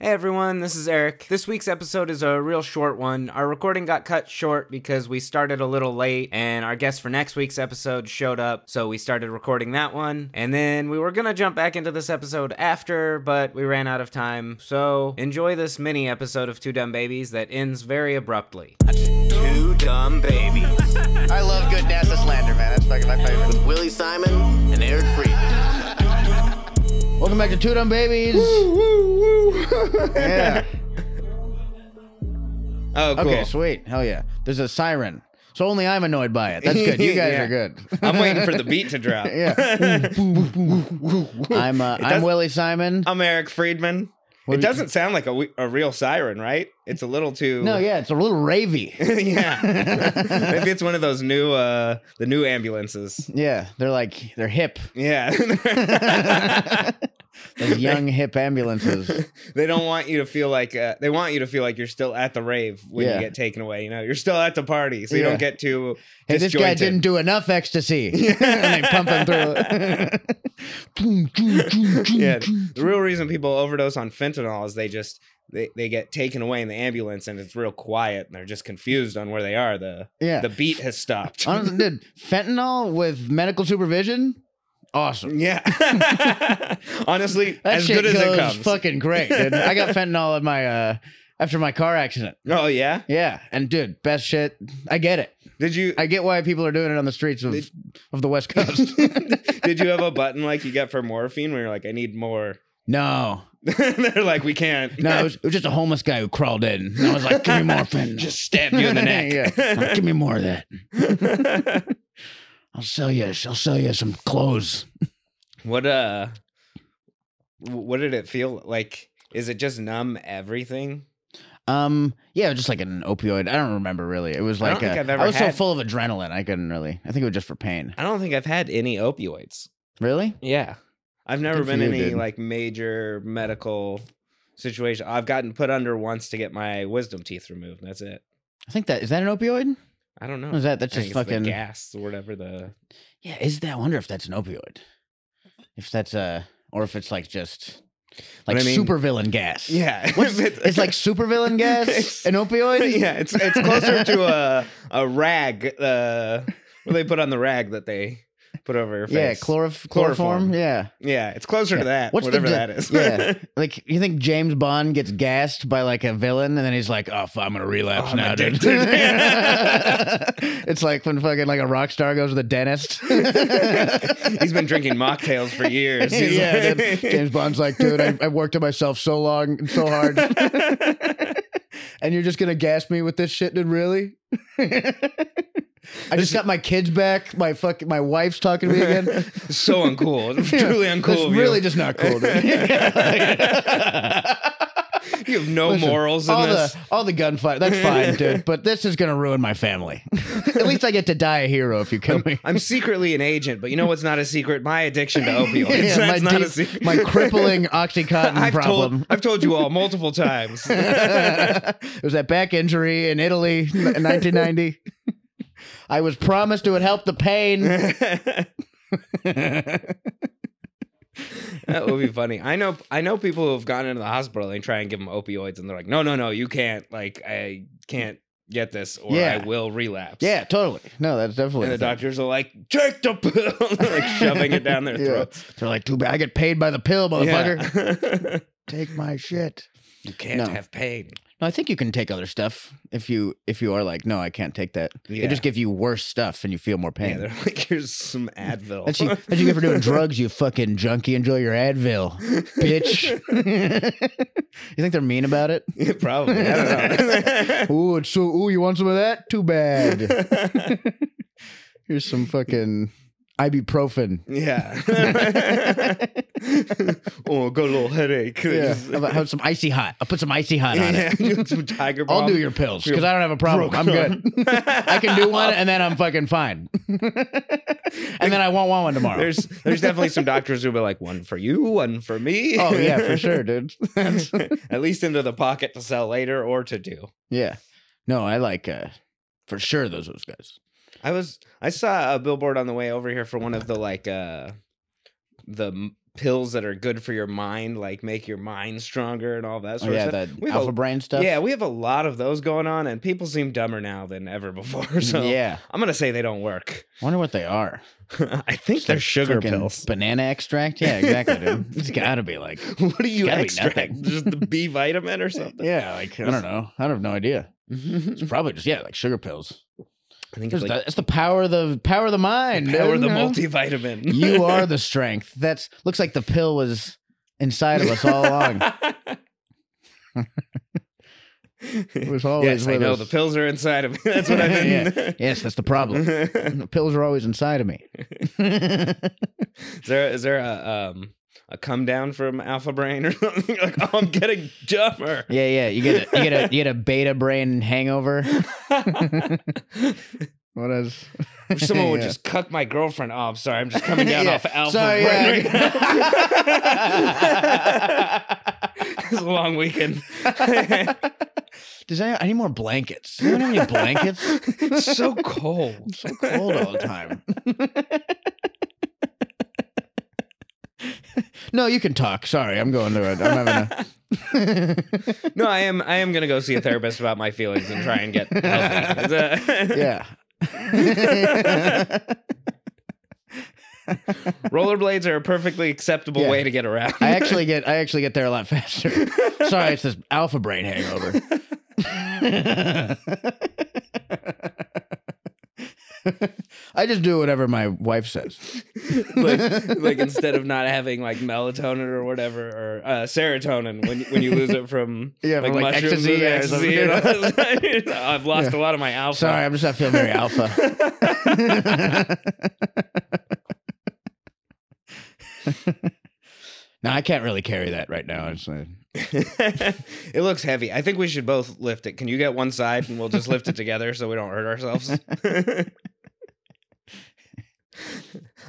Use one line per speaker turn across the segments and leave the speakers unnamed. Hey everyone, this is Eric. This week's episode is a real short one. Our recording got cut short because we started a little late, and our guest for next week's episode showed up, so we started recording that one. And then we were gonna jump back into this episode after, but we ran out of time. So enjoy this mini episode of Two Dumb Babies that ends very abruptly.
Two dumb babies.
I love good NASA slander, man. That's fucking my favorite.
Willie Simon and Eric Friedman.
Welcome back to Two Dumb Babies. yeah.
Oh, cool.
Okay, sweet. Hell yeah. There's a siren. So only I'm annoyed by it. That's good. You guys
Yeah.
are good.
I'm waiting for the beat to drop.
yeah. I'm uh, I'm
does-
Willie Simon.
I'm Eric Friedman.
What
it
do you-
doesn't sound like a, we- a real siren, right? It's a little too.
No, yeah, it's a little ravey.
yeah. Maybe it's one of those new, uh the new ambulances.
Yeah, they're like they're hip.
Yeah.
Those young hip ambulances.
they don't want you to feel like uh, they want you to feel like you're still at the rave when
Yeah.
you get taken away. You know, you're still at the party, so you
Yeah.
don't get too.
Hey, this guy
disjointed.
didn't do enough ecstasy. and they pump him through it.
yeah, the real reason people overdose on fentanyl is they just they, they get taken away in the ambulance and it's real quiet and they're just confused on where they are. The
Yeah.
the beat has stopped.
Honestly, dude, fentanyl with medical supervision, awesome.
yeah, honestly,
That
as
shit
good as
goes
it comes.
fucking great, dude. I got fentanyl in my uh after my car accident.
oh yeah,
Yeah, and dude, best shit. I get it.
did you
I get why people are doing it on the streets of
Did-
of the West Coast.
did you have a button like you get for morphine where you're like, I need more?
no,
they're like, we can't.
no, it was, it was just a homeless guy who crawled in. And I was like, give me more fentanyl.
just stab you in the neck.
Yeah. Like, give me more of that. I'll sell you. I'll sell you some clothes.
What uh w- what did it feel like? Is it just numb everything?
Um, yeah, just like an opioid. I don't remember really. It was
I don't
like
think
a-
I've ever
I was
had-
so full of adrenaline, I couldn't really. I think it was just for pain.
I don't think I've had any opioids.
Really?
Yeah. I've never
Good for
been
you,
in any
dude.
like major medical situation. I've gotten put under once to get my wisdom teeth removed. That's it.
I think that is that an opioid?
I don't know.
Or is that that's
I think
just
it's the
fucking? Yeah,
gas or whatever the
is that? I wonder if that's an opioid. If that's a, or if it's like just
But
like
I mean-
supervillain gas.
Yeah.
What's- it's like supervillain gas,
It's-
an opioid.
yeah, it's it's closer to a a rag uh what they put on the rag that they put over your face.
yeah, chlorof- chloroform.
Chloroform.
Yeah,
Yeah, it's closer
Yeah.
to that.
What's the
whatever
di-
that is.
yeah. Like you think James Bond gets gassed by like a villain, and then he's like, "Oh, f- I'm gonna relapse
Oh, I'm
now, dude."
addicted.
it's like when fucking like a rock star goes to the dentist.
He's been drinking mocktails for years. He's
yeah,
like-
dude. James Bond's like, dude, I, I worked at myself so long and so hard, and you're just gonna gas me with this shit, dude? Really? I just got my kids back. My fuck, my wife's talking to me again.
so uncool. It's Truly uncool.
That's
of you.
really just not cool, dude.
you have no
Listen,
morals in
all
this.
the all the gunfight. That's fine, dude. But this is gonna ruin my family. At least I get to die a hero if you kill me.
I'm secretly an agent, but you know what's not a secret? My addiction to opioids.
Yeah,
That's
my,
not a
deep-
secret.
my crippling OxyContin
I've
problem.
told I've told you all multiple times.
it was that back injury in Italy in 1990. I was promised it would help the pain.
that would be funny. I know I know people who have gone into the hospital and they try and give them opioids and they're like, no, no, no, you can't. Like I can't get this or
Yeah.
I will relapse.
Yeah, totally. No, that's definitely.
And the
a thing.
doctors are like, take the pill, They're, like shoving it down their
Yeah.
throats.
They're like, too bad. I get paid by the pill, motherfucker.
Yeah.
Take my shit.
you can't
No.
have pain.
No, I think you can take other stuff if you if you are like, no, I can't take that. They
Yeah.
just give you worse stuff and you feel more
Yeah,
pain.
they're like, here's some Advil.
That's you, that's you get for doing drugs, you fucking junkie. Enjoy your Advil, bitch. you think they're mean about it?
Probably. I don't know.
Ooh, it's so. Ooh, you want some of that? Too bad. Here's some fucking ibuprofen.
Yeah.
Yeah.
oh, got a little headache.
How about have some icy hot? I'll put some icy hot on it.
Yeah, some tiger
I'll
bomb.
do your pills because I don't have a problem. I'm good. I can do one and then I'm fucking fine. and then I won't want one tomorrow.
There's there's definitely some doctors who'll be like one for you, one for me.
oh yeah, for sure, dude.
At least into the pocket to sell later or to do.
yeah. No, I like uh for sure those those guys.
I was I saw a billboard on the way over here for one of the like uh the m- pills that are good for your mind, like make your mind stronger and all that
Oh,
sort
yeah,
of stuff.
that
We have a-
alpha brain stuff.
Yeah, we have a lot of those going on, and people seem dumber now than ever before. So
yeah.
I'm gonna say they don't work.
Wonder what they are.
I think
Just
they're
like
sugar
freaking
pills.
Banana extract. Yeah, exactly. Dude. It's got to be like.
what do you
gotta be
extract?
nothing.
Just the B vitamin or something?
Yeah, like I don't know. I have no idea. It's probably just yeah, like sugar pills.
I think
It's
it's like
the, it's the power of the power of the mind.
power
dude,
the
you know?
multivitamin.
you are the strength. That's looks like the pill was inside of us all along. It was always
yes, I
with
know
us.
the pills are inside of me. That's what I mean.
yes, that's the problem. The pills are always inside of me.
is there is there a um a come down from alpha brain or something like oh I'm getting dumber.
Yeah, yeah. You get a, you get a you get a beta brain hangover. What is?
If someone would
Yeah.
just cuck my girlfriend. Oh, I'm sorry. I'm just coming down
Yeah.
off alpha
Sorry,
brain.
yeah.
right now. it's a long weekend.
Does any, I need more blankets? Do you have any blankets?
it's so cold.
so cold all the time. no, you can talk. Sorry, I'm going to it. I'm having a.
No, I am. I am gonna go see a therapist about my feelings and try and get healthy.
yeah.
Rollerblades are a perfectly acceptable
Yeah.
way to get around.
I actually get I actually get there a lot faster. Sorry, it's this alpha brain hangover. I just do whatever my wife says.
like, like instead of not having like melatonin or whatever or uh, serotonin when when you lose it from
Yeah,
like,
from, like,
mushrooms
ecstasy
and ecstasy and
or
all that. I've lost a lot of my alpha.
Sorry, I'm just not feeling very alpha. no, I can't really carry that right now. It's like,
it looks heavy. I think we should both lift it. Can you get one side and we'll just lift it together so we don't hurt ourselves?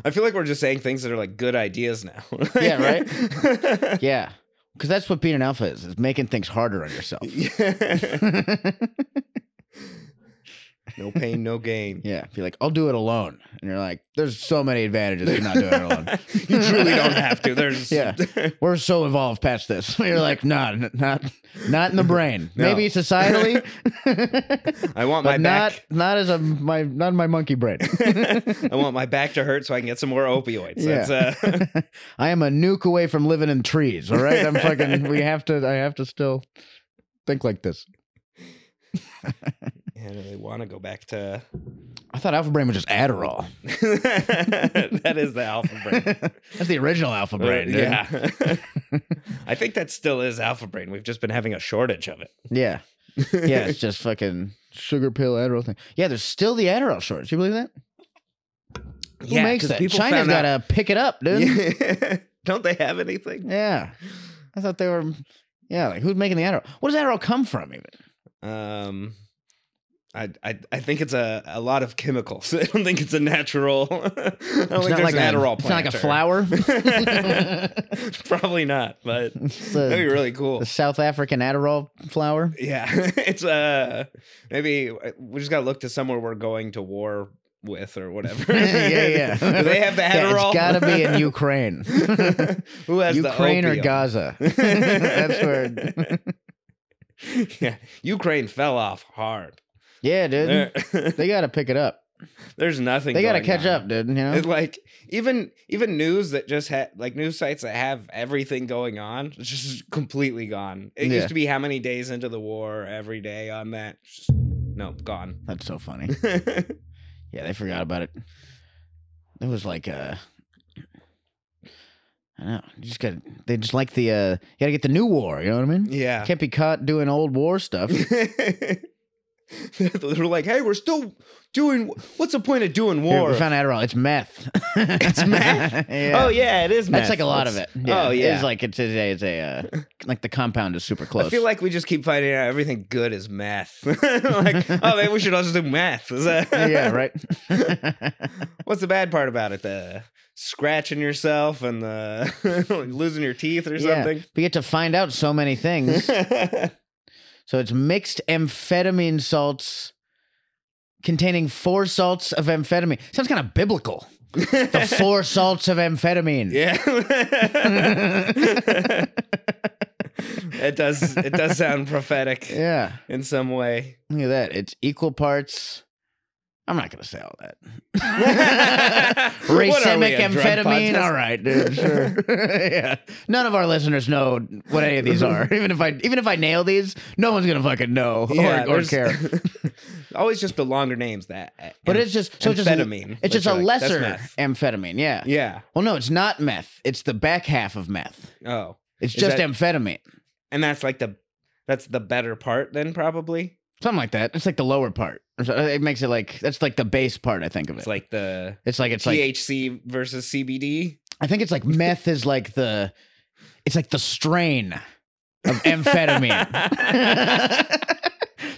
I feel like we're just saying things that are like good ideas now.
Yeah, yeah, because that's what being an alpha is: is making things harder on yourself.
no pain, no gain.
Yeah, be like, I'll do it alone, and you're like, there's so many advantages to not doing it alone.
you truly don't have to. There's
Yeah. We're so evolved past this. You're like, nah, n- not not in the brain.
No.
Maybe societally,
I want my
but not
back.
not as a my not in my monkey brain.
I want my back to hurt so I can get some more opioids.
Yeah.
That's uh,
I am a nuke away from living in trees. All right, I'm fucking. we have to. I have to still think like this.
I don't really want to go back to.
I thought Alpha Brain was just Adderall.
that is the alpha brain.
That's the original Alpha Brain. dude.
Uh, yeah. I think that still is alpha brain. We've just been having a shortage of it.
yeah, yeah. It's just fucking sugar pill Adderall thing. Yeah, there's still the Adderall shortage. You believe that? Who makes
'cause
that?
people
China's
found
got
out-
to pick it up, dude. Yeah.
Don't they have anything?
I thought they were. Yeah, like who's making the Adderall? Where does Adderall come from? Even
Um, I, I I think it's a, a lot of chemicals. I don't think it's a natural. I don't
it's
think
not
there's
like
an
a,
Adderall
It's not like a
planter.
flower.
Probably not, but
It's
that'd be
the,
really cool.
the South African Adderall flower.
Yeah, it's uh maybe we just gotta look to somewhere we're going to war with or whatever.
yeah, yeah.
Do they have the
Yeah,
Adderall?
it's got to be in Ukraine.
Who has
Ukraine
the
or
opium?
Gaza. That's where.
yeah, Ukraine fell off hard.
Yeah, dude.
There-
They got to pick it up.
there's nothing.
They got to
going
catch
on.
up, dude. You know?
It's like even even news that just had like news sites that have everything going on it's just completely gone. It
Yeah.
used to be how many days into the war every day on that. Just, nope, gone.
That's so funny. Yeah, they forgot about it. It was like uh I don't know. You just got they just like the uh you gotta get the new war, you know what I mean?
yeah.
Can't be caught doing old war stuff.
They're like, hey, we're still doing. What's the point of doing
Here,
war?
we found Adderall. It's meth. it's
meth?
yeah.
Oh yeah, it is.
That's
meth.
like a lot of it.
That's- Oh yeah.
It's like it's a, it's a uh, like the compound is super close.
I feel like we just keep finding out everything good is math. like, oh, maybe we should also do math. Is that-
yeah, right.
What's the bad part about it? The scratching yourself and the losing your teeth or
yeah.
something.
We get to find out so many things. So it's mixed amphetamine salts containing four salts of amphetamine. Sounds kind of biblical. the four salts of amphetamine.
Yeah. it does it does sound prophetic
yeah.
in some way.
Look at that. It's equal parts. I'm not gonna say all that.
What are we,
Racemic
a drug
amphetamine.
podcast?
All right, dude. Sure. yeah. None of our listeners know what any of these are. Even if I even if I nail these, no one's gonna fucking know
Yeah,
or, or
there's-
care.
Always just the longer names that
But
am-
it's just so it's just
amphetamine,
It's just a
which are like- that's
lesser
meth.
amphetamine. Yeah.
Yeah.
Well, no, it's not meth. It's the back half of meth.
Oh.
It's
Is
just
that-
amphetamine.
And that's like the that's the better part then probably.
Something like that. It's like the lower part. Or so- It makes it like that's like the base part. I think of it.
It's like the
it's like it's like
THC versus CBD.
I think it's like meth is like the it's like the strain of amphetamine.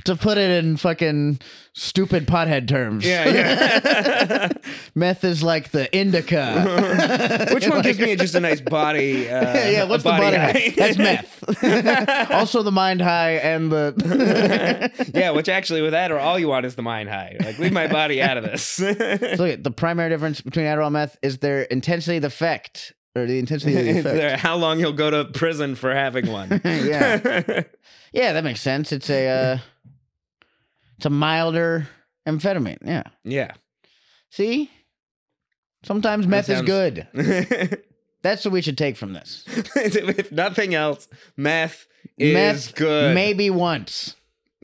to put it in fucking stupid pothead terms.
Yeah, yeah.
meth is like the indica.
Which one
Like-
gives me just a nice body uh,
yeah, yeah, what's the body high? That's meth. also the mind high and the
yeah, which actually with that or all you want is the mind high. Like leave my body out of this.
So look, the primary difference between Adderall and meth is their intensity of the effect or the intensity of the effect.
There- How long he'll go to prison for having one.
yeah. Yeah, that makes sense. It's a uh, it's a milder amphetamine. Yeah.
yeah.
See? Sometimes meth is
sounds-
good.
if
That's what we should take from this.
if nothing else, meth is
meth
good.
maybe once.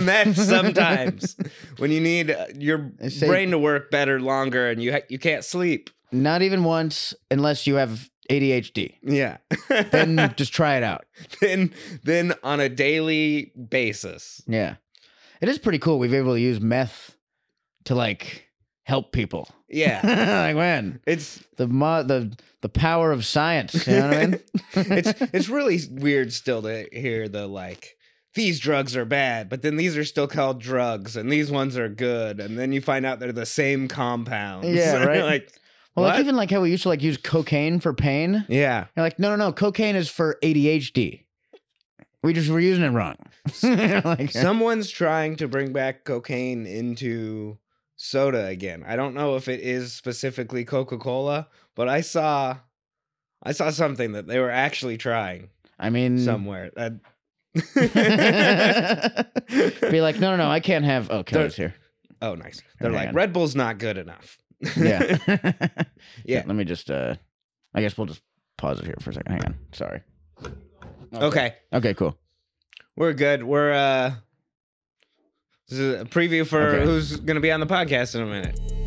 meth sometimes when you need uh, your
I say-
brain to work better longer and you ha- you can't sleep.
Not even once unless you have ADHD.
Yeah.
Then just try it out.
then then on a daily basis.
Yeah. It is pretty cool. We've been able to use meth to like help people.
Yeah.
like when
It's
the mo- the the power of science, you know what I mean?
it's it's really weird still to hear the like these drugs are bad, but then these are still called drugs, and these ones are good, and then you find out they're the same compounds.
Yeah, right.
like,
Well, like
What?
even like how we used to like use cocaine for pain.
yeah.
You're like, no, no, no, cocaine is for ADHD. We just were using it wrong. like,
Someone's trying to bring back cocaine into soda again. I don't know if it is specifically Coca Cola, but I saw, I saw something that they were actually trying
I mean,
somewhere. Uh, That-
be like, no, no, no, I can't have. Oh, Kelly's here.
oh, nice. They're
Hang
like
on.
Red Bull's not good enough.
Yeah.
Yeah.
Let me just. uh I guess we'll just pause it here for a second. Hang on. Sorry.
okay.
Okay. Cool.
We're good. We're uh this is a preview for
Okay.
who's gonna be on the podcast in a minute.